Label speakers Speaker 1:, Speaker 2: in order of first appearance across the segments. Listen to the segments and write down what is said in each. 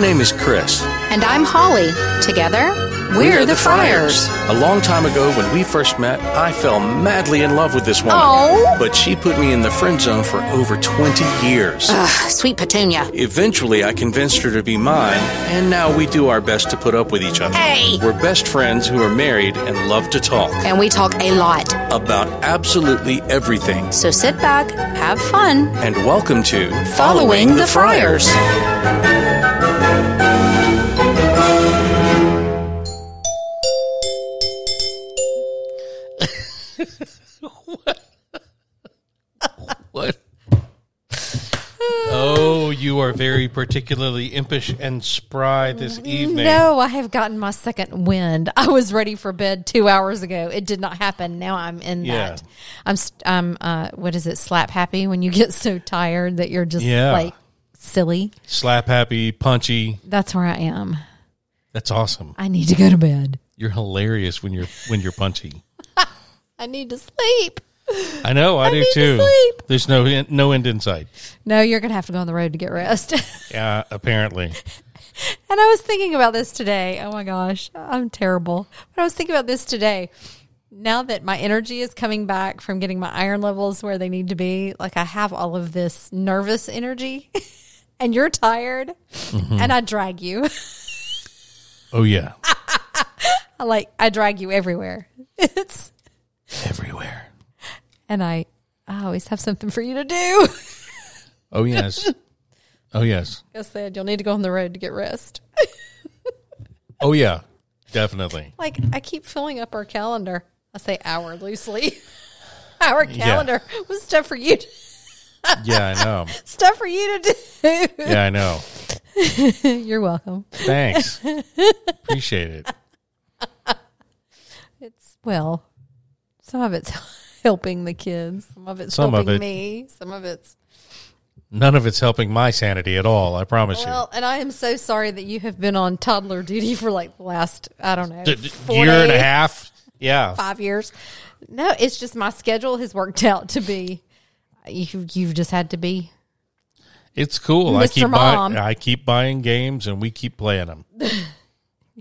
Speaker 1: name is Chris.
Speaker 2: And I'm Holly. Together, we're, the, Friars.
Speaker 1: A long time ago, when we first met, I fell madly in love with this woman.
Speaker 2: Oh.
Speaker 1: But she put me in the friend zone for over 20 years.
Speaker 2: Ugh, sweet Petunia.
Speaker 1: Eventually, I convinced her to be mine, and now we do our best to put up with each other.
Speaker 2: Hey!
Speaker 1: We're best friends who are married and love to talk
Speaker 2: And we talk a lot.
Speaker 1: about absolutely everything.
Speaker 2: So sit back, have fun.
Speaker 1: And welcome to Following,
Speaker 2: the Friars.
Speaker 3: What? Oh, you are very particularly impish and spry this evening.
Speaker 4: No, I have gotten my second wind. I was ready for bed two hours ago. It did not happen. Now I'm in
Speaker 3: Yeah.
Speaker 4: that. I'm, st- I'm, uh, what is it? Slap happy when you get so tired that you're just
Speaker 3: Yeah.
Speaker 4: like silly.
Speaker 3: Slap happy, punchy.
Speaker 4: That's where I am.
Speaker 3: That's awesome.
Speaker 4: I need to go to bed.
Speaker 3: You're hilarious when you're when you're punchy.
Speaker 4: I need to sleep.
Speaker 3: I know, I, do
Speaker 4: need to
Speaker 3: too.
Speaker 4: sleep.
Speaker 3: There's no en- no end in sight.
Speaker 4: No, you're going to have to go on the road to get rest. and
Speaker 3: Yeah, Uh, apparently.
Speaker 4: I was thinking about this today. Oh my gosh, I'm terrible. But I was thinking about this today. Now that my energy is coming back from getting my iron levels where they need to be, like I have all of this nervous energy and you're tired and I drag you.
Speaker 3: Oh yeah,
Speaker 4: I like I drag you everywhere. It's
Speaker 3: everywhere.
Speaker 4: and I I always have something for you to do.
Speaker 3: Oh yes. Oh yes.
Speaker 4: I said you'll need to go on the road to get rest.
Speaker 3: Oh yeah. Definitely.
Speaker 4: Like I keep filling up our calendar. I say hour loosely. our calendar was stuff for you to,
Speaker 3: Yeah, I know.
Speaker 4: stuff for you to do.
Speaker 3: Yeah, I know.
Speaker 4: You're welcome.
Speaker 3: Thanks. Appreciate it.
Speaker 4: It's well, some of it's helping the kids, some of it's
Speaker 3: Some of
Speaker 4: helping
Speaker 3: it.
Speaker 4: me, some of it's
Speaker 3: None of it's helping my sanity at all, I promise you.
Speaker 4: well, and I am so sorry that you have been on toddler duty for like the last I don't know
Speaker 3: D- d-
Speaker 4: four
Speaker 3: year and a
Speaker 4: days.
Speaker 3: half. Yeah.
Speaker 4: five years. No, it's just my schedule has worked out to be. You, you've just had to be.
Speaker 3: It's cool. I
Speaker 4: Mr.
Speaker 3: keep
Speaker 4: Mom.
Speaker 3: buying I keep buying games and we keep playing them.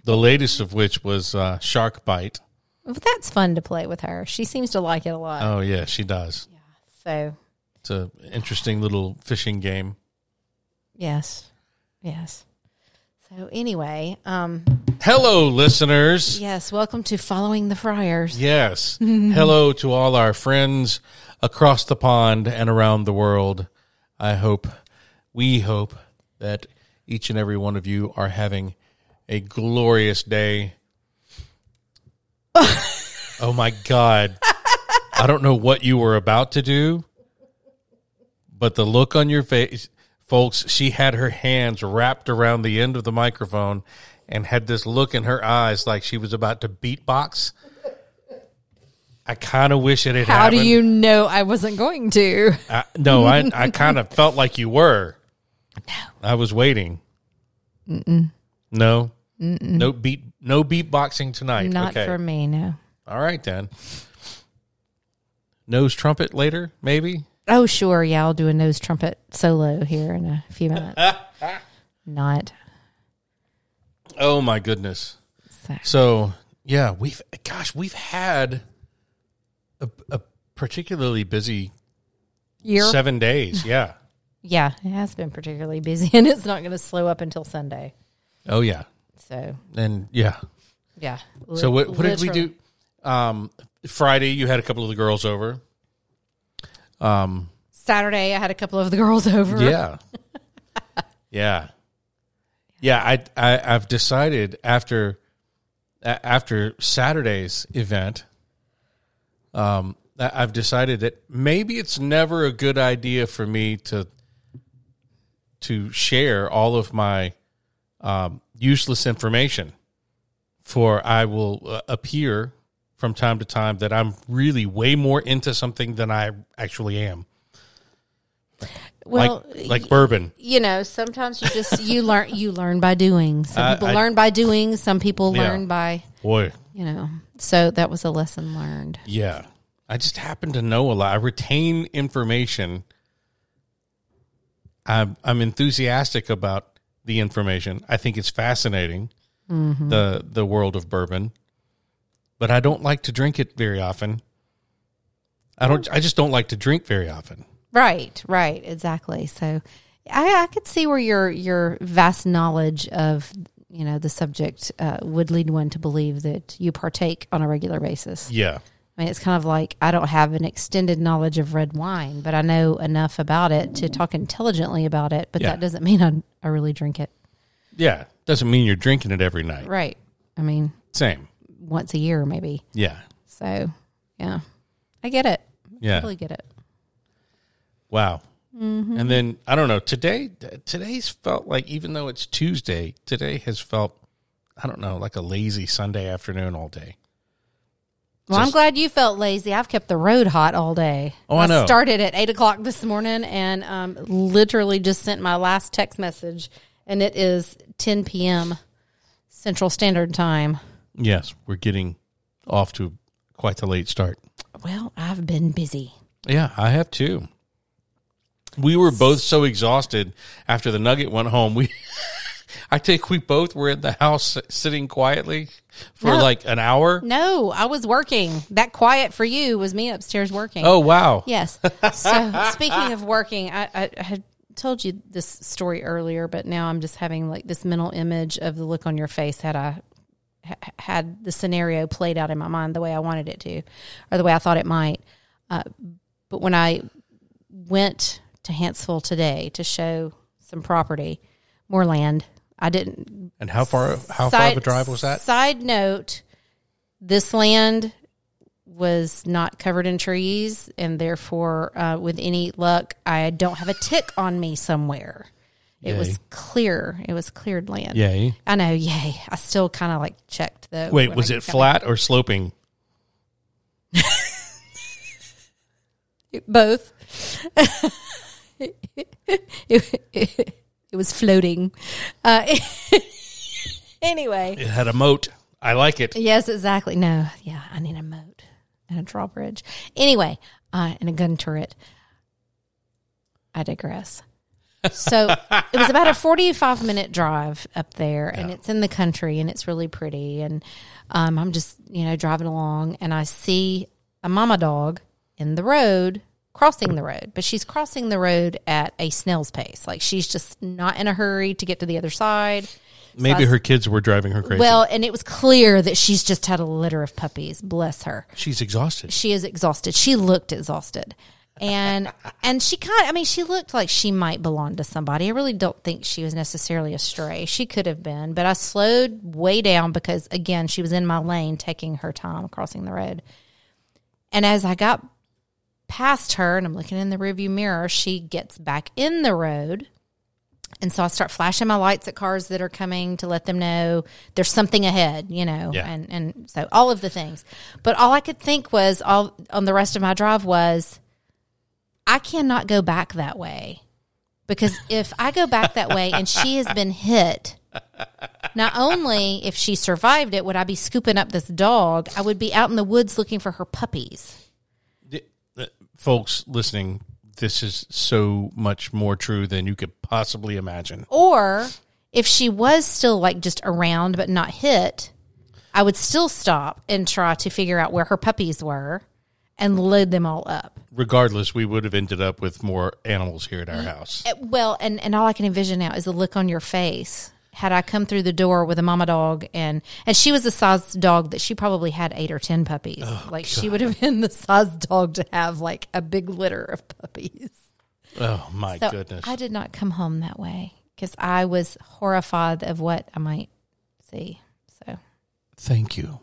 Speaker 3: the latest of which was uh, Shark Bite.
Speaker 4: But that's fun to play with her. She seems to like it a lot.
Speaker 3: Oh yeah, she does.
Speaker 4: so,
Speaker 3: It's an interesting little fishing game.
Speaker 4: yes, yes. So anyway, um,
Speaker 3: Hello listeners.
Speaker 4: yes, welcome to following the Friars.
Speaker 3: Yes. Hello to all our friends across the pond and around the world. I hope, we hope that each and every one of you are having a glorious day. oh my God. I don't know what you were about to do, but the look on your face, folks, she had her hands wrapped around the end of the microphone and had this look in her eyes like she was about to beatbox. I kind of wish it had
Speaker 4: How
Speaker 3: happened.
Speaker 4: do you know I wasn't going to?
Speaker 3: I, no, I, I kind of felt like you were. No. I was waiting. Mm-mm. No. Mm-mm. No beat. No beatboxing tonight.
Speaker 4: Not
Speaker 3: okay.
Speaker 4: for me, no.
Speaker 3: All right then. Nose trumpet later, maybe.
Speaker 4: Oh, sure, yeah, I'll do a nose trumpet solo here in a few minutes. Not
Speaker 3: Oh my goodness.
Speaker 4: So-
Speaker 3: So yeah, we've gosh, we've had a, a particularly busy
Speaker 4: year.
Speaker 3: seven days. Yeah.
Speaker 4: Yeah, it has been particularly busy, and it's not going to slow up until Sunday.
Speaker 3: Oh yeah,
Speaker 4: So
Speaker 3: and yeah.
Speaker 4: yeah.
Speaker 3: So what, what did we do? Um, Friday, you had a couple of the girls over.
Speaker 4: Saturday, I had a couple of the girls over.
Speaker 3: Yeah. yeah. Yeah, I, I I've decided after a- after Saturday's event um I- I've decided that maybe it's never a good idea for me to to share all of my um, useless information for I will uh, appear from time to time that I'm really way more into something than I actually am
Speaker 4: Well,
Speaker 3: like like bourbon
Speaker 4: you know, sometimes you just you learn you learn by doing. Some
Speaker 3: I-
Speaker 4: people
Speaker 3: I-
Speaker 4: learn by doing. Some people
Speaker 3: Yeah.
Speaker 4: learn by
Speaker 3: Boy,
Speaker 4: you know. So that was a lesson learned.
Speaker 3: yeah. I just happen to know a lot. I retain information. I'm I'm enthusiastic about the information. I think it's fascinating the the world of bourbon, but I don't like to drink it very often. I don't. I just don't like to drink very often.
Speaker 4: Right, right, exactly. So I, I could see where your your vast knowledge of you know the subject uh, would lead one to believe that you partake on a regular basis.
Speaker 3: Yeah,
Speaker 4: I mean, it's kind of like I don't have an extended knowledge of red wine, but I know enough about it to talk intelligently about it. But
Speaker 3: Yeah.
Speaker 4: that doesn't mean I, I really drink it.
Speaker 3: yeah. Doesn't mean you're drinking it every night.
Speaker 4: Right. I mean,
Speaker 3: Same.
Speaker 4: once a year maybe.
Speaker 3: Yeah,
Speaker 4: So yeah, I get it.
Speaker 3: yeah.
Speaker 4: Totally get it.
Speaker 3: Wow.
Speaker 4: Mm-hmm.
Speaker 3: And then I don't know. Today, today's felt like even though it's Tuesday, today has felt I don't know like a lazy Sunday afternoon all day.
Speaker 4: Well, I'm
Speaker 3: Just-
Speaker 4: glad you felt lazy. I've kept the road hot all day.
Speaker 3: Oh, I know.
Speaker 4: Started at eight o'clock this morning and um, literally just sent my last text message, and it is 10 p.m. Central Standard Time.
Speaker 3: Yes, we're getting off to quite the late start.
Speaker 4: Well, I've been busy.
Speaker 3: Yeah, I have too. We were both so exhausted after the Nugget went home. We, I think we both were in the house sitting quietly for
Speaker 4: No.
Speaker 3: like an hour.
Speaker 4: No, I was working. That quiet for you was me upstairs working.
Speaker 3: Oh wow!
Speaker 4: Yes. So speaking of working, I, I, I had told you this story earlier, but now I'm just having like this mental image of the look on your face had I ha- had the scenario played out in my mind the way I wanted it to, or the way I thought it might. Uh, but when I went to Huntsville today to show some property, more land, I didn't
Speaker 3: And how far? How far of a drive was that?
Speaker 4: Side note: This land was not covered in trees, and therefore, uh, with any luck, I don't have a tick on me somewhere. It
Speaker 3: Yay.
Speaker 4: was clear. It was cleared land.
Speaker 3: Yay!
Speaker 4: I know. Yay! I still kind of like checked though.
Speaker 3: Wait,
Speaker 4: when
Speaker 3: was
Speaker 4: I
Speaker 3: it
Speaker 4: got-
Speaker 3: flat or sloping?
Speaker 4: Both. it, it- it was floating. Uh, anyway.
Speaker 3: It had a moat. I like it.
Speaker 4: Yes, exactly. No, yeah, I need a moat and a drawbridge. Anyway, uh, and a gun turret. I digress. So it was about a 45 minute drive up there, and it's in the country and it's really pretty. And um, I'm just, you know, driving along and I see a mama dog in the road crossing the road, but she's crossing the road at a snail's pace. Like she's just not in a hurry to get to the other side.
Speaker 3: Maybe her kids were driving her crazy.
Speaker 4: Well, and it was clear that she's just had a litter of puppies. Bless her.
Speaker 3: she's exhausted.
Speaker 4: She is exhausted. She looked exhausted. And and she kind I mean she looked like she might belong to somebody. I really don't think she was necessarily a stray. She could have been, but I slowed way down because again, she was in my lane taking her time crossing the road. And as I got past her and I'm looking in the rearview mirror, she gets back in the road. And so I start flashing my lights at cars that are coming to let them know there's something ahead, you know,
Speaker 3: Yeah.
Speaker 4: and, and so all of the things. But all I could think was all on the rest of my drive was I cannot go back that way because if I go back that way and she has been hit, not only if she survived it would I be scooping up this dog, I would be out in the woods looking for her puppies.
Speaker 3: Uh, Folks listening, this is so much more true than you could possibly imagine.
Speaker 4: Or if she was still like just around but not hit, I would still stop and try to figure out where her puppies were and load them all up.
Speaker 3: Regardless, we would have ended up with more animals here at our house.
Speaker 4: Uh, Well, and, and all I can envision now is the look on your face. Had I come through the door with a mama dog and and she was the size dog that she probably had eight or ten puppies.
Speaker 3: Oh,
Speaker 4: like she would have been the size dog to have like a big litter of puppies.
Speaker 3: Oh my
Speaker 4: So
Speaker 3: goodness!
Speaker 4: I did not come home that way because I was horrified of what I might see. So
Speaker 3: Thank you.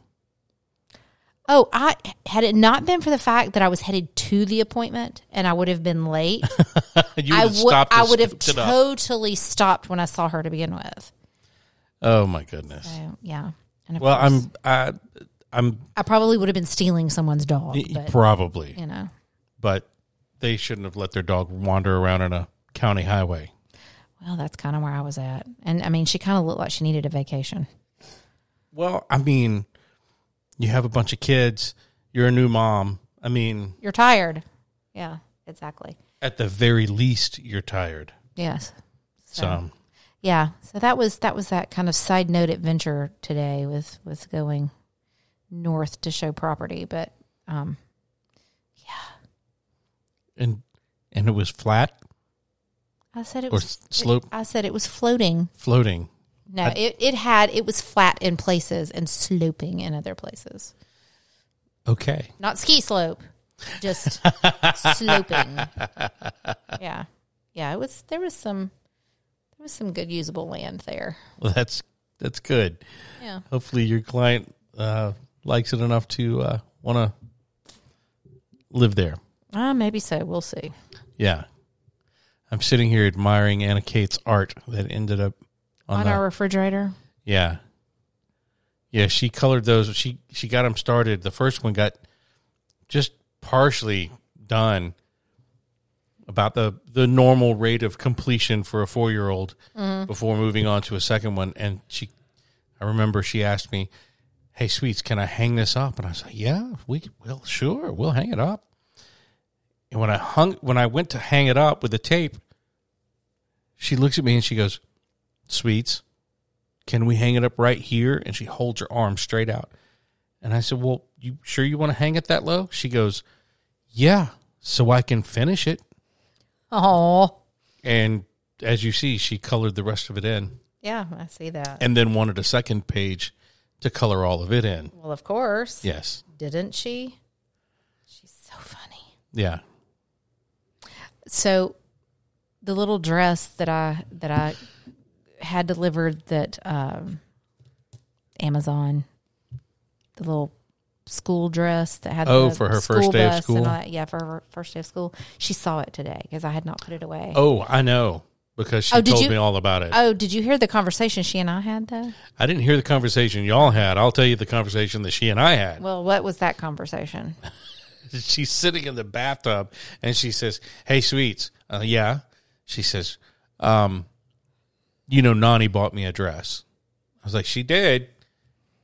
Speaker 4: Oh, I had it not been for the fact that I was headed to the appointment and I would have been late,
Speaker 3: You
Speaker 4: I
Speaker 3: would have
Speaker 4: would
Speaker 3: stopped.
Speaker 4: I
Speaker 3: and
Speaker 4: would have
Speaker 3: scooped it up.
Speaker 4: totally stopped when I saw her to begin with.
Speaker 3: Oh my goodness!
Speaker 4: So, yeah. And of
Speaker 3: Well,
Speaker 4: course-
Speaker 3: I'm. I, I'm
Speaker 4: I probably would have been stealing someone's dog, but
Speaker 3: probably,
Speaker 4: you know.
Speaker 3: but they shouldn't have let their dog wander around on a county highway.
Speaker 4: Well, that's kind of where I was at. And I mean, she kind of looked like she needed a vacation.
Speaker 3: Well, I mean, you have a bunch of kids. You're a new mom. I mean,
Speaker 4: You're tired. Yeah, exactly.
Speaker 3: at the very least, you're tired.
Speaker 4: Yes.
Speaker 3: So,
Speaker 4: yeah. So that was that was that kind of side note adventure today with with going north to show property, but um,
Speaker 3: and and it was flat
Speaker 4: I said it
Speaker 3: or
Speaker 4: was
Speaker 3: s- slope
Speaker 4: I said it was floating.
Speaker 3: floating.
Speaker 4: No, it, it had it was flat in places and sloping in other places.
Speaker 3: Okay.
Speaker 4: Not ski slope, just sloping. Yeah. Yeah, it was there was some there was some good usable land there.
Speaker 3: Well, that's that's good.
Speaker 4: Yeah.
Speaker 3: Hopefully, your client uh, likes it enough to uh, want to live there.
Speaker 4: Ah, maybe so. We'll see.
Speaker 3: Yeah, I'm sitting here admiring Anna Kate's art that ended up on,
Speaker 4: On
Speaker 3: the,
Speaker 4: our refrigerator.
Speaker 3: yeah, yeah. She colored those. She she got them started. The first one got just partially done, about the the normal rate of completion for a four year old before moving on to a second one. And she, I remember she asked me, "Hey, sweets, can I hang this up?" And I was like, "Yeah, we will. Sure, we'll hang it up." And when I hung, when I went to hang it up with the tape, she looks at me and she goes, "Sweets, can we hang it up right here?" And she holds her arm straight out. And I said, "Well, you sure you want to hang it that low?" She goes, "Yeah, so I can finish it."
Speaker 4: Oh.
Speaker 3: And as you see, she colored the rest of it in
Speaker 4: Yeah, I see that.
Speaker 3: and then wanted a second page to color all of it in.
Speaker 4: Well, of course.
Speaker 3: Yes.
Speaker 4: Didn't she? She's so funny.
Speaker 3: Yeah.
Speaker 4: so the little dress that I that I had delivered that um, Amazon, the little school dress that had
Speaker 3: Oh,
Speaker 4: the
Speaker 3: for her
Speaker 4: school
Speaker 3: first day of
Speaker 4: bus and
Speaker 3: school?
Speaker 4: all that. yeah, for her first day of school, she saw it today because I had not put it away. Oh.
Speaker 3: Oh, I know because she
Speaker 4: Oh, did
Speaker 3: told
Speaker 4: you-
Speaker 3: me all about it.
Speaker 4: did you hear the conversation she and I had though?
Speaker 3: I didn't hear the conversation y'all had. I'll tell you the conversation that she and I had.
Speaker 4: Well, what was that conversation?
Speaker 3: She's sitting in the bathtub and she says, Hey, sweets. Uh, yeah. She says, um, You know, Nani bought me a dress. I was like, She did.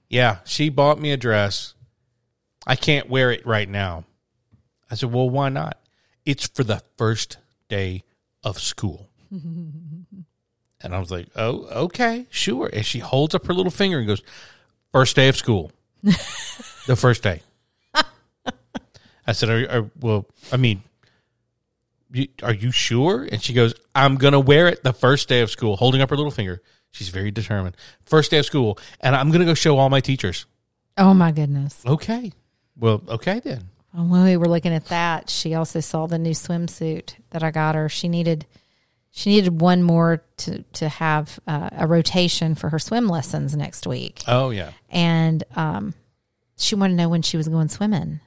Speaker 3: Yeah. She bought me a dress. I can't wear it right now. I said, Well, why not? It's for the first day of school. and I was like, Oh, okay. Sure. And she holds up her little finger and goes, First day of school. the first day. I said, "Are, are well? I mean, you, are you sure?" And she goes, "I'm gonna wear it the first day of school." Holding up her little finger, she's very determined. First day of school, and I'm gonna go show all my teachers.
Speaker 4: Oh my goodness!
Speaker 3: Okay, well, okay then.
Speaker 4: When we were looking at that, she also saw the new swimsuit that I got her. She needed she needed one more to to have uh, a rotation for her swim lessons next week,
Speaker 3: Oh yeah,
Speaker 4: and um, she wanted to know when she was going swimming.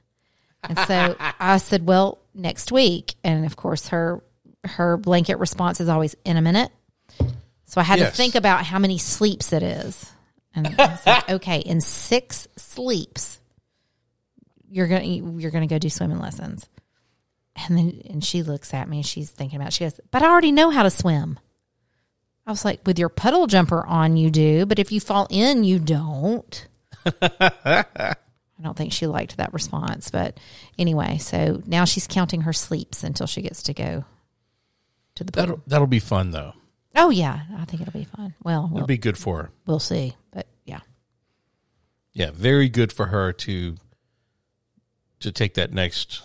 Speaker 4: And so I said, "Well, next week." And of course, her her blanket response is always in a minute. So I had
Speaker 3: Yes.
Speaker 4: to think about how many sleeps it is, and I was like, "Okay, in six sleeps, you're gonna you're gonna go do swimming lessons." And then and she looks at me and she's thinking about. It. She goes, "But I already know how to swim." I was like, "With your puddle jumper on, you do, but if you fall in, you don't." I don't think she liked that response, but anyway, so now she's counting her sleeps until she gets to go to the pool.
Speaker 3: that'll that'll be fun though.
Speaker 4: oh yeah, I think it'll be fun. Well,
Speaker 3: It'll
Speaker 4: we'll,
Speaker 3: be good for her.
Speaker 4: we'll see, but yeah,
Speaker 3: Yeah, very good for her to to take that next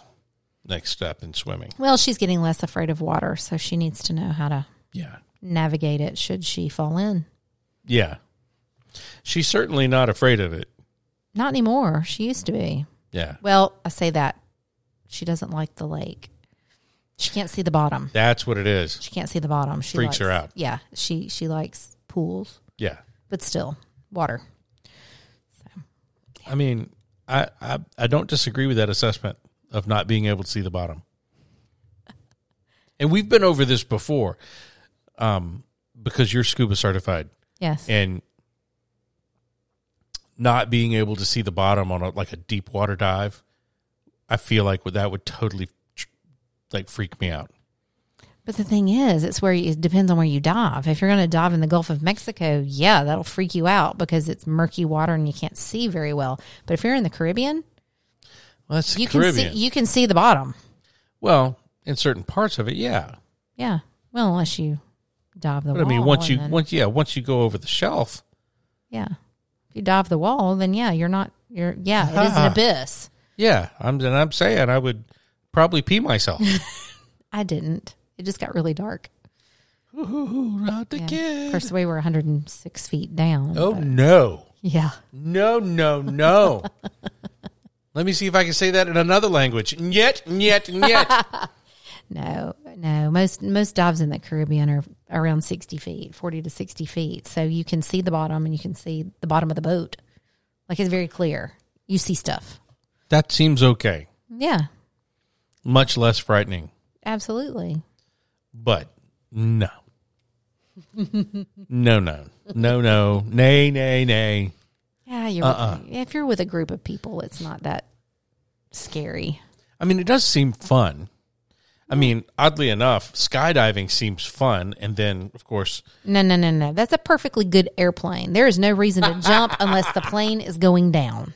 Speaker 3: next step in swimming.
Speaker 4: well, she's getting less afraid of water, so she needs to know how to
Speaker 3: Yeah,
Speaker 4: navigate it should she fall in.
Speaker 3: yeah. She's certainly not afraid of it.
Speaker 4: Not anymore. She used to be.
Speaker 3: Yeah,
Speaker 4: Well, I say that she doesn't like the lake. She can't see the bottom.
Speaker 3: that's what it is.
Speaker 4: She can't see the bottom. She
Speaker 3: Freaks her
Speaker 4: likes-
Speaker 3: out.
Speaker 4: Yeah, she she likes pools,
Speaker 3: Yeah.
Speaker 4: but still water.
Speaker 3: I mean, I, I I don't disagree with that assessment of not being able to see the bottom. And we've been over this before, um, because you're scuba certified
Speaker 4: Yes.
Speaker 3: and not being able to see the bottom on a, like a deep water dive, I feel like would- that would totally tr- like freak me out.
Speaker 4: But the thing is, it's where you, it depends on where you dive. If you're going to dive in the Gulf of Mexico, yeah, that'll freak you out because it's murky water and you can't see very well. But if you're in the Caribbean,
Speaker 3: Well, that's the
Speaker 4: you
Speaker 3: Caribbean.
Speaker 4: can see you can see the bottom.
Speaker 3: well, in certain parts of it, yeah.
Speaker 4: Yeah. Well, unless you dive the
Speaker 3: But I
Speaker 4: wall.
Speaker 3: mean, once
Speaker 4: and
Speaker 3: you
Speaker 4: then-
Speaker 3: once yeah, once you go over the shelf,
Speaker 4: yeah, if you dive the wall, then yeah, you're not. You're yeah, it is an
Speaker 3: Ah.
Speaker 4: abyss.
Speaker 3: yeah, I'm and I'm saying I would probably pee myself.
Speaker 4: I didn't. It just got really dark.
Speaker 3: Ooh, not the
Speaker 4: Of
Speaker 3: kid.
Speaker 4: course, we were 106 feet down.
Speaker 3: Oh
Speaker 4: but-
Speaker 3: no,
Speaker 4: yeah.
Speaker 3: no, no, no. Let me see if I can say that in another language. Yet, yet, yet.
Speaker 4: No, no. Most most dives in the Caribbean are around sixty feet, forty to sixty feet. So you can see the bottom, and you can see the bottom of the boat. Like it's very clear. You see stuff.
Speaker 3: that seems okay.
Speaker 4: Yeah,
Speaker 3: Much less frightening,
Speaker 4: absolutely.
Speaker 3: but no, no, no, no, no, nay, nay, nay.
Speaker 4: Yeah, you're. With, if you're with a group of people, it's not that scary.
Speaker 3: I mean, it does seem fun. I mean, oddly enough, skydiving seems fun, and then of course,
Speaker 4: No, no, no, no. That's a perfectly good airplane. There is no reason to jump unless the plane is going down.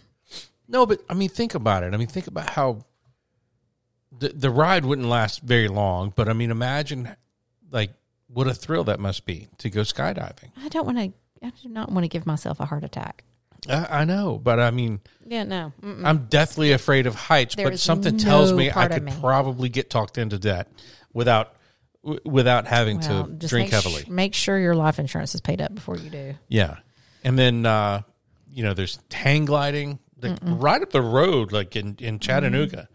Speaker 3: no. But I mean, think about it. I mean, think about how the the ride wouldn't last very long. But I mean, imagine like what a thrill that must be to go skydiving.
Speaker 4: I don't want to. I do not want to give myself a heart attack.
Speaker 3: I, I know, but I mean,
Speaker 4: Yeah, no.
Speaker 3: I'm deathly afraid of heights.
Speaker 4: Mm. There
Speaker 3: but
Speaker 4: is
Speaker 3: something
Speaker 4: no
Speaker 3: tells me I
Speaker 4: part of
Speaker 3: could
Speaker 4: me.
Speaker 3: probably get talked into that without w- without having
Speaker 4: Well,
Speaker 3: to
Speaker 4: just
Speaker 3: drink
Speaker 4: make sh-
Speaker 3: heavily.
Speaker 4: make sure your life insurance is paid up before you do.
Speaker 3: Yeah. And then uh, you know, there's hang gliding. Like right up the road, like in,
Speaker 4: Mm-hmm.
Speaker 3: in Chattanooga.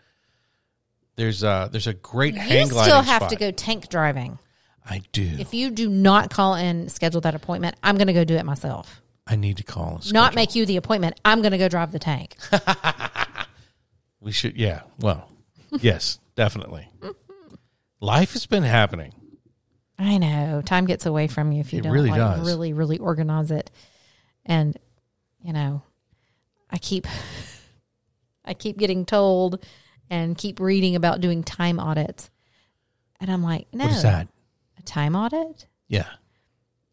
Speaker 3: There's uh there's a great hang
Speaker 4: you
Speaker 3: gliding.
Speaker 4: still have to
Speaker 3: spot.
Speaker 4: go tank driving.
Speaker 3: I do.
Speaker 4: If you do not call and schedule that appointment, I'm going to go do it myself.
Speaker 3: I need to call us.
Speaker 4: Not make you the appointment. I'm going to go drive the tank.
Speaker 3: we should yeah, well, yes, definitely. Life has been happening.
Speaker 4: I know time gets away from you if you
Speaker 3: It
Speaker 4: don't
Speaker 3: really
Speaker 4: like,
Speaker 3: does.
Speaker 4: really, really organize it. And you know, I keep, I keep getting told, and keep reading about doing time audits, and I'm like, no,
Speaker 3: What is that?
Speaker 4: a time audit?
Speaker 3: Yeah.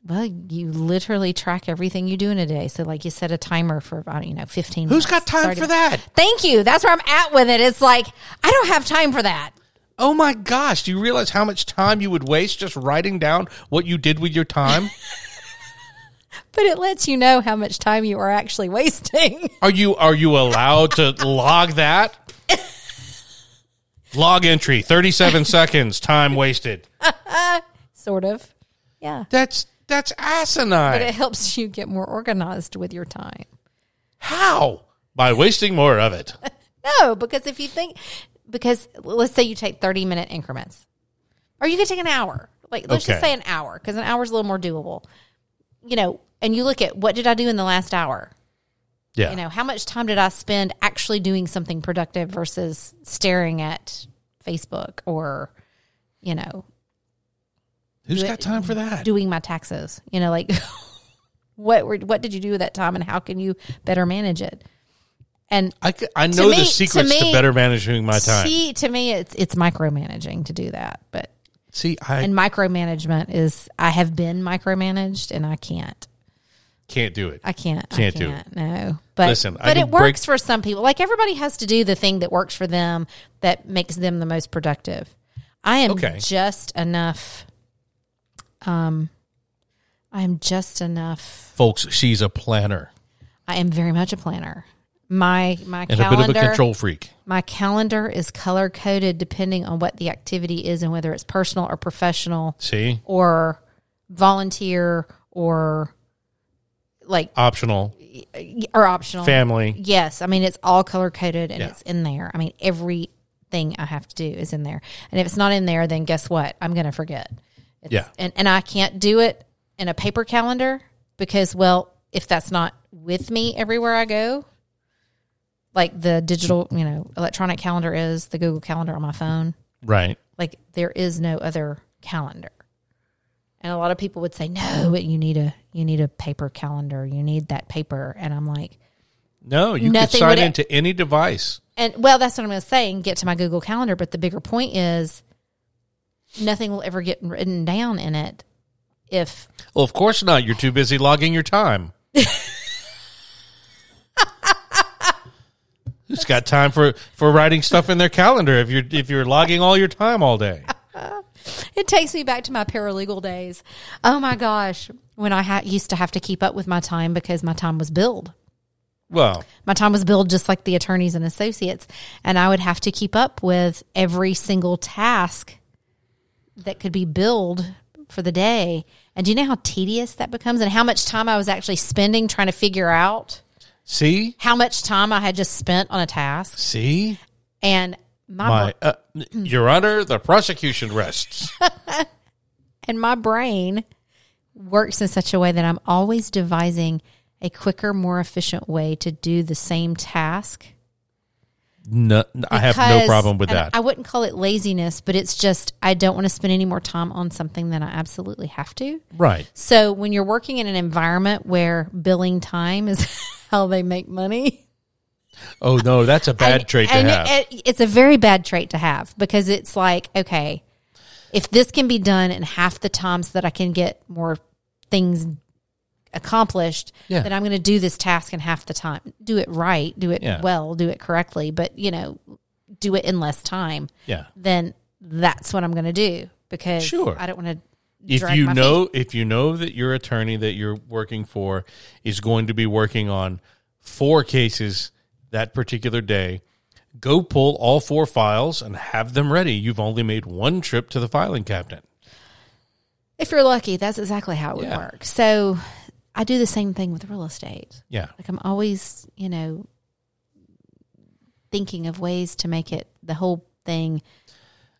Speaker 4: Well, you literally track everything you do in a day. So, like, you set a timer for about you know fifteen.
Speaker 3: Who's
Speaker 4: minutes,
Speaker 3: got time
Speaker 4: 30
Speaker 3: for that?
Speaker 4: Thank you. That's where I'm at with it. It's like I don't have time for that.
Speaker 3: Oh my gosh, do you realize how much time you would waste just writing down what you did with your time?
Speaker 2: But it lets you know how much time you are actually wasting.
Speaker 3: Are you are you allowed to log that? log entry, 37 seconds, time wasted.
Speaker 2: sort of. Yeah.
Speaker 3: That's that's asinine.
Speaker 2: But it helps you get more organized with your time.
Speaker 3: How? By wasting more of it.
Speaker 4: No, because if you think, because let's say you take 30 minute increments, or you could take an hour. Like, let's just
Speaker 3: Okay.
Speaker 4: say an hour, because an hour is a little more doable. You know, and you look at what did I do in the last hour?
Speaker 3: Yeah.
Speaker 4: You know, how much time did I spend actually doing something productive versus staring at Facebook or, you know,
Speaker 3: Who's got time for that?
Speaker 4: doing my taxes? You know, like what were, what did you do with that time and how can you better manage it? And
Speaker 3: I, c- I know
Speaker 4: me- to
Speaker 3: the secrets to,
Speaker 4: me-
Speaker 3: better managing my time. See,
Speaker 4: See, to me, it's it's micromanaging to do that, but
Speaker 3: I
Speaker 4: and micromanagement is I have been micromanaged and I can't,
Speaker 3: can't do it.
Speaker 4: I can't,
Speaker 3: Can't
Speaker 4: I
Speaker 3: do
Speaker 4: can't, No, but
Speaker 3: Listen, I
Speaker 4: but
Speaker 3: can
Speaker 4: it works
Speaker 3: break-
Speaker 4: for some people. Like everybody has to do the thing that works for them that makes them the most productive. I am
Speaker 3: Okay.
Speaker 4: just enough. Um, I am just enough.
Speaker 3: Folks, she's a planner
Speaker 4: I am very much a planner. My my
Speaker 3: and
Speaker 4: calendar
Speaker 3: a bit of a control freak.
Speaker 4: My calendar is color coded depending on what the activity is and whether it's personal or professional
Speaker 3: See?
Speaker 4: or volunteer or like
Speaker 3: Optional,
Speaker 4: or optional.
Speaker 3: family.
Speaker 4: Yes, I mean it's all color coded and
Speaker 3: Yeah.
Speaker 4: it's in there. I mean everything I have to do is in there. And if it's not in there, then guess what? I'm going to forget. It's,
Speaker 3: Yeah.
Speaker 4: And and I can't do it in a paper calendar because well, if that's not with me everywhere I go, like the digital, you know, electronic calendar is, the Google calendar on my phone,
Speaker 3: Right.
Speaker 4: like there is no other calendar. And a lot of people would say, "No, you need a you need a paper calendar. You need that paper." And I'm like,
Speaker 3: No, you could
Speaker 4: Nothing
Speaker 3: sign
Speaker 4: would-
Speaker 3: into any device.
Speaker 4: and well, that's what I'm going to say and get to my Google Calendar. But the bigger point is, nothing will ever get written down in it if
Speaker 3: Well, of course not. You're too busy logging your time. Who's got time for for writing stuff in their calendar if you're if you're logging all your time all day?
Speaker 2: It takes me back to my paralegal days. Oh my gosh, when I ha- used to have to keep up with my time because my time was billed.
Speaker 3: Well,
Speaker 4: My time was billed just like the attorneys and associates, and I would have to keep up with every single task that could be billed for the day. And do you know how tedious that becomes and how much time I was actually spending trying to figure out
Speaker 3: see,
Speaker 4: how much time I had just spent on a task?
Speaker 3: see,
Speaker 4: And my,
Speaker 3: my uh, Your Honor, the prosecution rests.
Speaker 4: and my brain works in such a way that I'm always devising a quicker, more efficient way to do the same task.
Speaker 3: No, I have no
Speaker 4: because-
Speaker 3: problem with
Speaker 4: and
Speaker 3: that.
Speaker 4: I wouldn't call it laziness, but it's just I don't want to spend any more time on something than I absolutely have to.
Speaker 3: right.
Speaker 4: So when you're working in an environment where billing time is how they make money,
Speaker 3: Oh no, that's a bad
Speaker 4: and-
Speaker 3: trait to
Speaker 4: and
Speaker 3: have.
Speaker 4: it- it's a very bad trait to have because it's like, okay, if this can be done in half the time so that I can get more things accomplished,
Speaker 3: Yeah.
Speaker 4: then I'm going to do this task in half the time. Do it right, do it
Speaker 3: Yeah.
Speaker 4: well, do it correctly, but you know, do it in less time.
Speaker 3: yeah.
Speaker 4: Then that's what I'm going to do because
Speaker 3: Sure.
Speaker 4: I don't want to.
Speaker 3: If
Speaker 4: drag
Speaker 3: you
Speaker 4: my
Speaker 3: know, if you know that your attorney that you're working for is going to be working on four cases that particular day, go pull all four files and have them ready. You've only made one trip to the filing cabinet.
Speaker 4: If you're lucky, that's exactly how it would
Speaker 3: Yeah.
Speaker 4: work. So I do the same thing with real estate.
Speaker 3: Yeah.
Speaker 4: Like I'm always, you know, thinking of ways to make it the whole thing.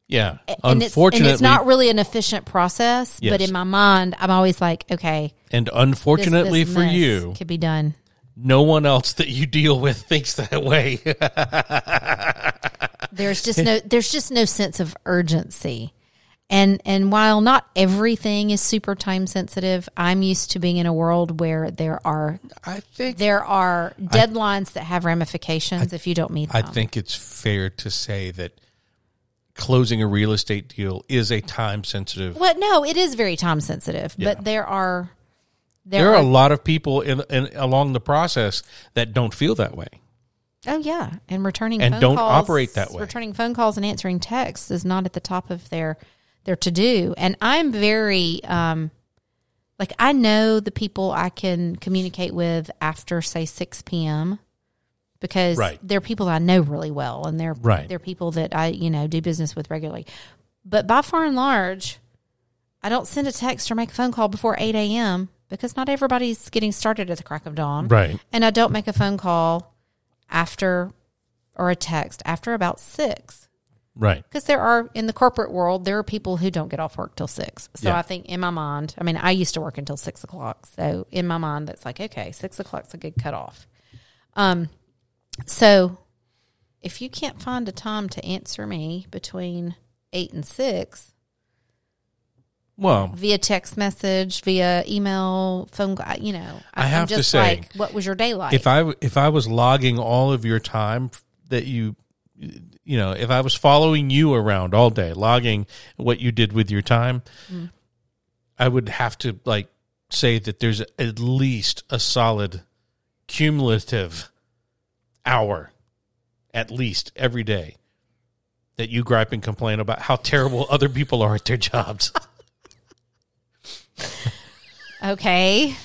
Speaker 3: Yeah.
Speaker 4: And it's, and
Speaker 3: unfortunately,
Speaker 4: it's not really an efficient process, but
Speaker 3: Yes.
Speaker 4: in my mind, I'm always like, okay,
Speaker 3: and
Speaker 4: this-
Speaker 3: unfortunately
Speaker 4: this
Speaker 3: for
Speaker 4: mess
Speaker 3: you,
Speaker 4: could be done.
Speaker 3: no one else that you deal with thinks that way.
Speaker 4: There's just no, there's just no sense of urgency. And, and while not everything is super time sensitive, I'm used to being in a world where there are
Speaker 3: I think
Speaker 4: there are deadlines that have ramifications if you don't meet
Speaker 3: I
Speaker 4: them.
Speaker 3: think it's fair to say that closing a real estate deal is a time sensitive.
Speaker 4: Well, no, it is very time sensitive, but there are there,
Speaker 3: There are
Speaker 4: are,
Speaker 3: a lot of people in, in along the process that don't feel that way.
Speaker 4: oh yeah, and returning
Speaker 3: And
Speaker 4: phone
Speaker 3: don't
Speaker 4: calls,
Speaker 3: operate that way.
Speaker 4: Returning phone calls and answering texts is not at the top of their their to do. And I'm very um, like I know the people I can communicate with after say six p.m. because
Speaker 3: Right.
Speaker 4: they're people I know really well, and they're
Speaker 3: Right.
Speaker 4: they're people that I you know do business with regularly. But by far and large, I don't send a text or make a phone call before 8 a.m. because not everybody's getting started at the crack of dawn.
Speaker 3: Right.
Speaker 4: And I don't make a phone call after or a text after about six
Speaker 3: Right.
Speaker 4: because there are in the corporate world, there are people who don't get off work till six. So
Speaker 3: Yeah.
Speaker 4: I think in my mind, I mean, I used to work until six o'clock. So in my mind, that's like, okay, six o'clock's a good cutoff. Um, so if you can't find a time to answer me between eight and six,
Speaker 3: Well,
Speaker 4: via text message, via email, phone call. You know,
Speaker 3: I have to say,
Speaker 4: like, what was your day like?
Speaker 3: if I w- if I was logging all of your time that you you know, if I was following you around all day, logging what you did with your time, I would have to like say that there's at least a solid cumulative hour at least every day that you gripe and complain about how terrible other people are at their jobs
Speaker 4: okay,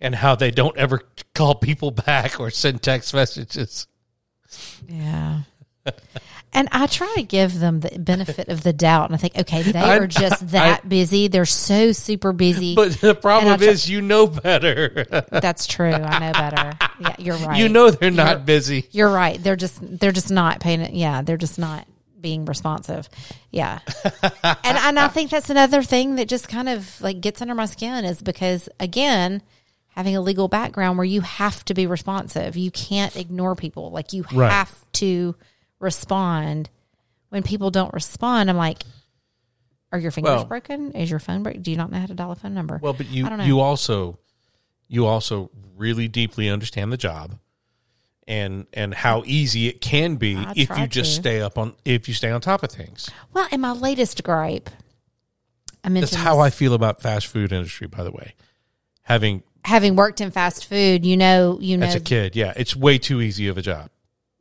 Speaker 3: and how they don't ever call people back or send text messages.
Speaker 4: yeah. And I try to give them the benefit of the doubt, and I think, okay, they
Speaker 3: I-
Speaker 4: are just that
Speaker 3: I-
Speaker 4: busy. They're so super busy.
Speaker 3: But the problem
Speaker 4: tr-
Speaker 3: is, you know better.
Speaker 4: That's true. I know better. Yeah, you're right.
Speaker 3: You know they're not
Speaker 4: You're-
Speaker 3: busy.
Speaker 4: You're right. They're just they're just not paying it. Yeah, they're just not being responsive. Yeah. and and I think that's another thing that just kind of like gets under my skin is because again, having a legal background where you have to be responsive. You can't ignore people. Like you
Speaker 3: Right.
Speaker 4: have to respond. When people don't respond, I'm like are your fingers
Speaker 3: Well-
Speaker 4: broken? Is your phone broken? Do you not know how to dial a phone number?
Speaker 3: Well, but you
Speaker 4: I don't know.
Speaker 3: you also you also really deeply understand the job and and how easy it can be
Speaker 4: I
Speaker 3: if
Speaker 4: try
Speaker 3: you just
Speaker 4: to.
Speaker 3: stay up on if you stay on top of things.
Speaker 4: Well, in my latest gripe, I mentioned
Speaker 3: That's how
Speaker 4: this-
Speaker 3: I feel about fast food industry by the way. Having
Speaker 4: having worked in fast food, you know, you know,
Speaker 3: as a kid, yeah, it's way too easy of a job.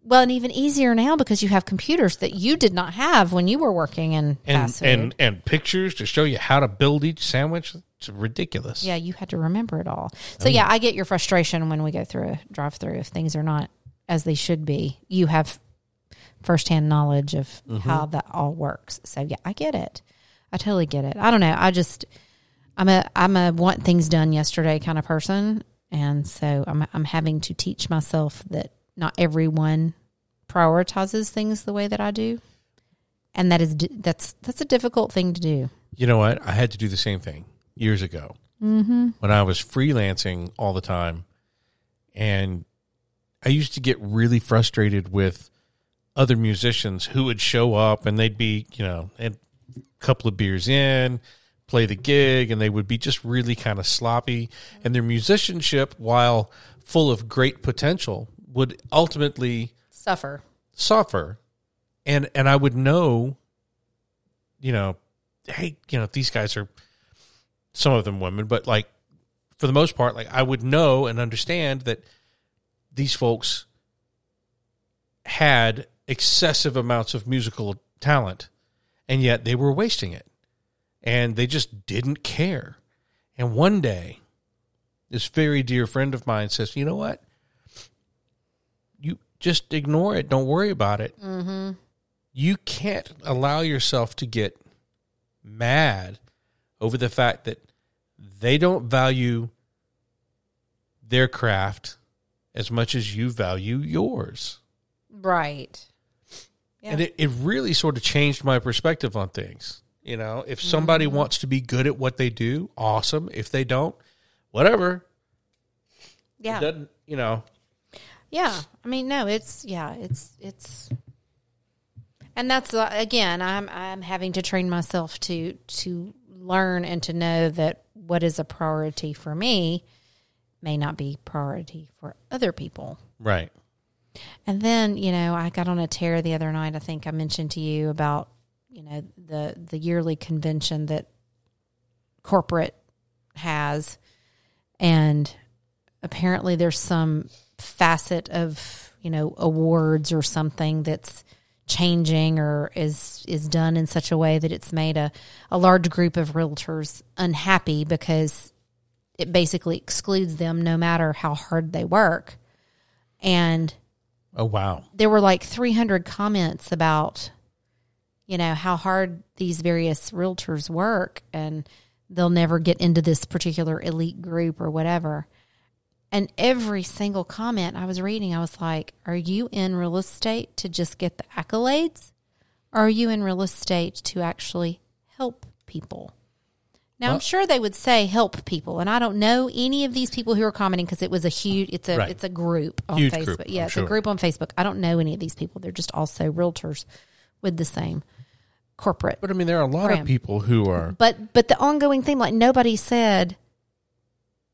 Speaker 4: Well, and even easier now because you have computers that you did not have when you were working in
Speaker 3: and
Speaker 4: fast food.
Speaker 3: and and pictures to show you how to build each sandwich. It's ridiculous.
Speaker 4: yeah, you had to remember it all. So yeah, I get your frustration when we go through a drive-through if things are not as they should be. You have firsthand knowledge of how that all works. So yeah, I get it. I totally get it. I don't know. I just I'm a I'm a want things done yesterday kind of person, and so I'm I'm having to teach myself that not everyone prioritizes things the way that I do, and that is di- that's that's a difficult thing to do.
Speaker 3: You know what? I had to do the same thing years ago mm-hmm. when I was freelancing all the time, and I used to get really frustrated with other musicians who would show up and they'd be, you know, a couple of beers in, play the gig, and they would be just really kind of sloppy, and their musicianship, while full of great potential, would ultimately
Speaker 4: Suffer.
Speaker 3: suffer and and i would know you know hey you know these guys are some of them women but like for the most part like i would know and understand that these folks had excessive amounts of musical talent and yet they were wasting it and they just didn't care and one day this very dear friend of mine says you know what you just ignore it. Don't worry about it. Mm-hmm. You can't allow yourself to get mad over the fact that they don't value their craft as much as you value yours.
Speaker 4: Right. Yeah.
Speaker 3: And it, it really sort of changed my perspective on things. You know, if
Speaker 4: Mm-hmm.
Speaker 3: somebody wants to be good at what they do, awesome. If they don't, whatever. It
Speaker 4: Yeah.
Speaker 3: doesn't, you know,
Speaker 4: Yeah. I mean, no, it's yeah, it's it's and that's uh, again, I'm I'm having to train myself to to learn and to know that what is a priority for me may not be priority for other people.
Speaker 3: right.
Speaker 4: And then, you know, I got on a tear the other night. I think I mentioned to you about, you know, the the yearly convention that corporate has and apparently there's some facet of, you know, awards or something that's changing or is is done in such a way that it's made a, a large group of realtors unhappy because it basically excludes them no matter how hard they work. And
Speaker 3: Oh, wow.
Speaker 4: there were like 300 comments about you know how hard these various realtors work and they'll never get into this particular elite group or whatever and every single comment i was reading i was like are you in real estate to just get the accolades or are you in real estate to actually help people now i'm sure they would say help people and i don't know any of these people who are commenting because it was a huge it's a
Speaker 3: Right.
Speaker 4: it's a group on
Speaker 3: Huge
Speaker 4: facebook
Speaker 3: group,
Speaker 4: yeah
Speaker 3: I'm
Speaker 4: it's
Speaker 3: sure.
Speaker 4: a group on facebook i don't know any of these people they're just also realtors with the same corporate
Speaker 3: But I mean, there are a lot
Speaker 4: Graham.
Speaker 3: of people who are
Speaker 4: but but the ongoing theme like nobody said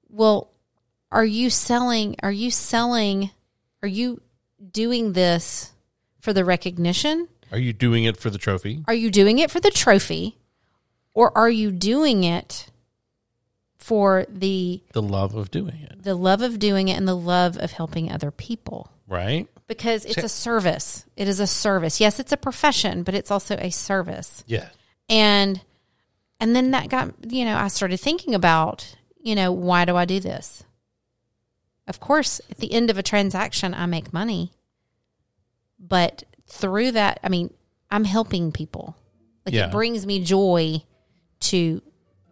Speaker 4: well are you selling are you selling are you doing this for the recognition
Speaker 3: Are you doing it for the trophy?
Speaker 4: are you doing it for the trophy or are you doing it for the
Speaker 3: The love of doing it,
Speaker 4: the love of doing it and the love of helping other people
Speaker 3: right?
Speaker 4: because it's a service. It is a service. Yes, it's a profession, but it's also a service.
Speaker 3: Yeah.
Speaker 4: And and then that got you know, I started thinking about, you know, why do I do this? Of course, at the end of a transaction I make money. But through that, I mean, I'm helping people. Like
Speaker 3: Yeah.
Speaker 4: it brings me joy to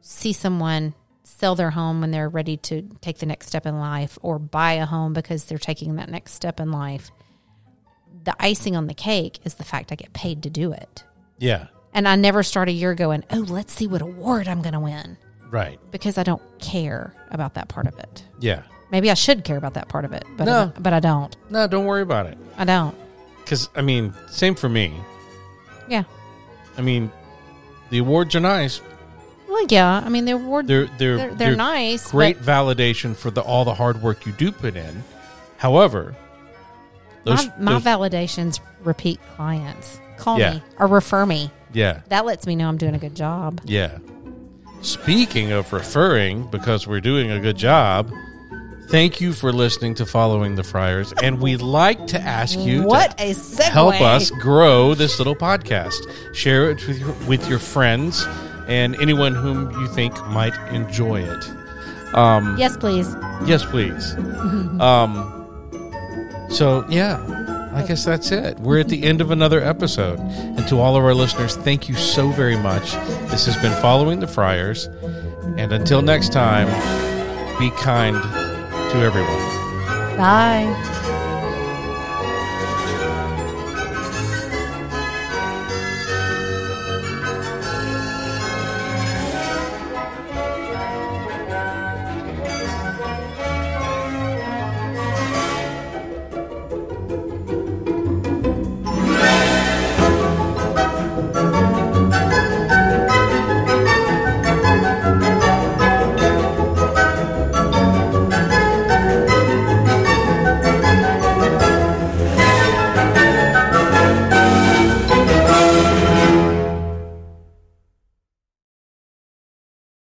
Speaker 4: see someone sell their home when they're ready to take the next step in life or buy a home because they're taking that next step in life. The icing on the cake is the fact I get paid to do it.
Speaker 3: Yeah.
Speaker 4: And I never start a year going, oh, let's see what award I'm going to win
Speaker 3: Right.
Speaker 4: because I don't care about that part of it.
Speaker 3: Yeah.
Speaker 4: Maybe I should care about that part of it, but, I,
Speaker 3: No.
Speaker 4: don't- but I don't.
Speaker 3: No, don't worry about it.
Speaker 4: I don't.
Speaker 3: Because, I mean, same for me.
Speaker 4: Yeah.
Speaker 3: I mean, the awards are nice.
Speaker 4: Well, yeah. I mean, the award,
Speaker 3: They're they're
Speaker 4: They're- they're nice,
Speaker 3: Great
Speaker 4: but-
Speaker 3: validation for the all the hard work you do put in. However, those,
Speaker 4: my, my
Speaker 3: those-
Speaker 4: validations repeat clients. Call
Speaker 3: Yeah.
Speaker 4: me or refer me.
Speaker 3: yeah
Speaker 4: That lets me know I'm doing a good job.
Speaker 3: yeah. Speaking of referring, because we're doing a good job. Thank you for listening to Following the Friars, and we'd like to ask you
Speaker 4: What
Speaker 3: to
Speaker 4: a segue.
Speaker 3: help us grow this little podcast. Share it with your, with your friends and anyone whom you think might enjoy it.
Speaker 4: Yes, please.
Speaker 3: Yes, please. um, so, yeah, I guess that's it. We're at the end of another episode. And to all of our listeners, thank you so very much. This has been Following the Friars. And until next time, be kind to everyone.
Speaker 2: Bye.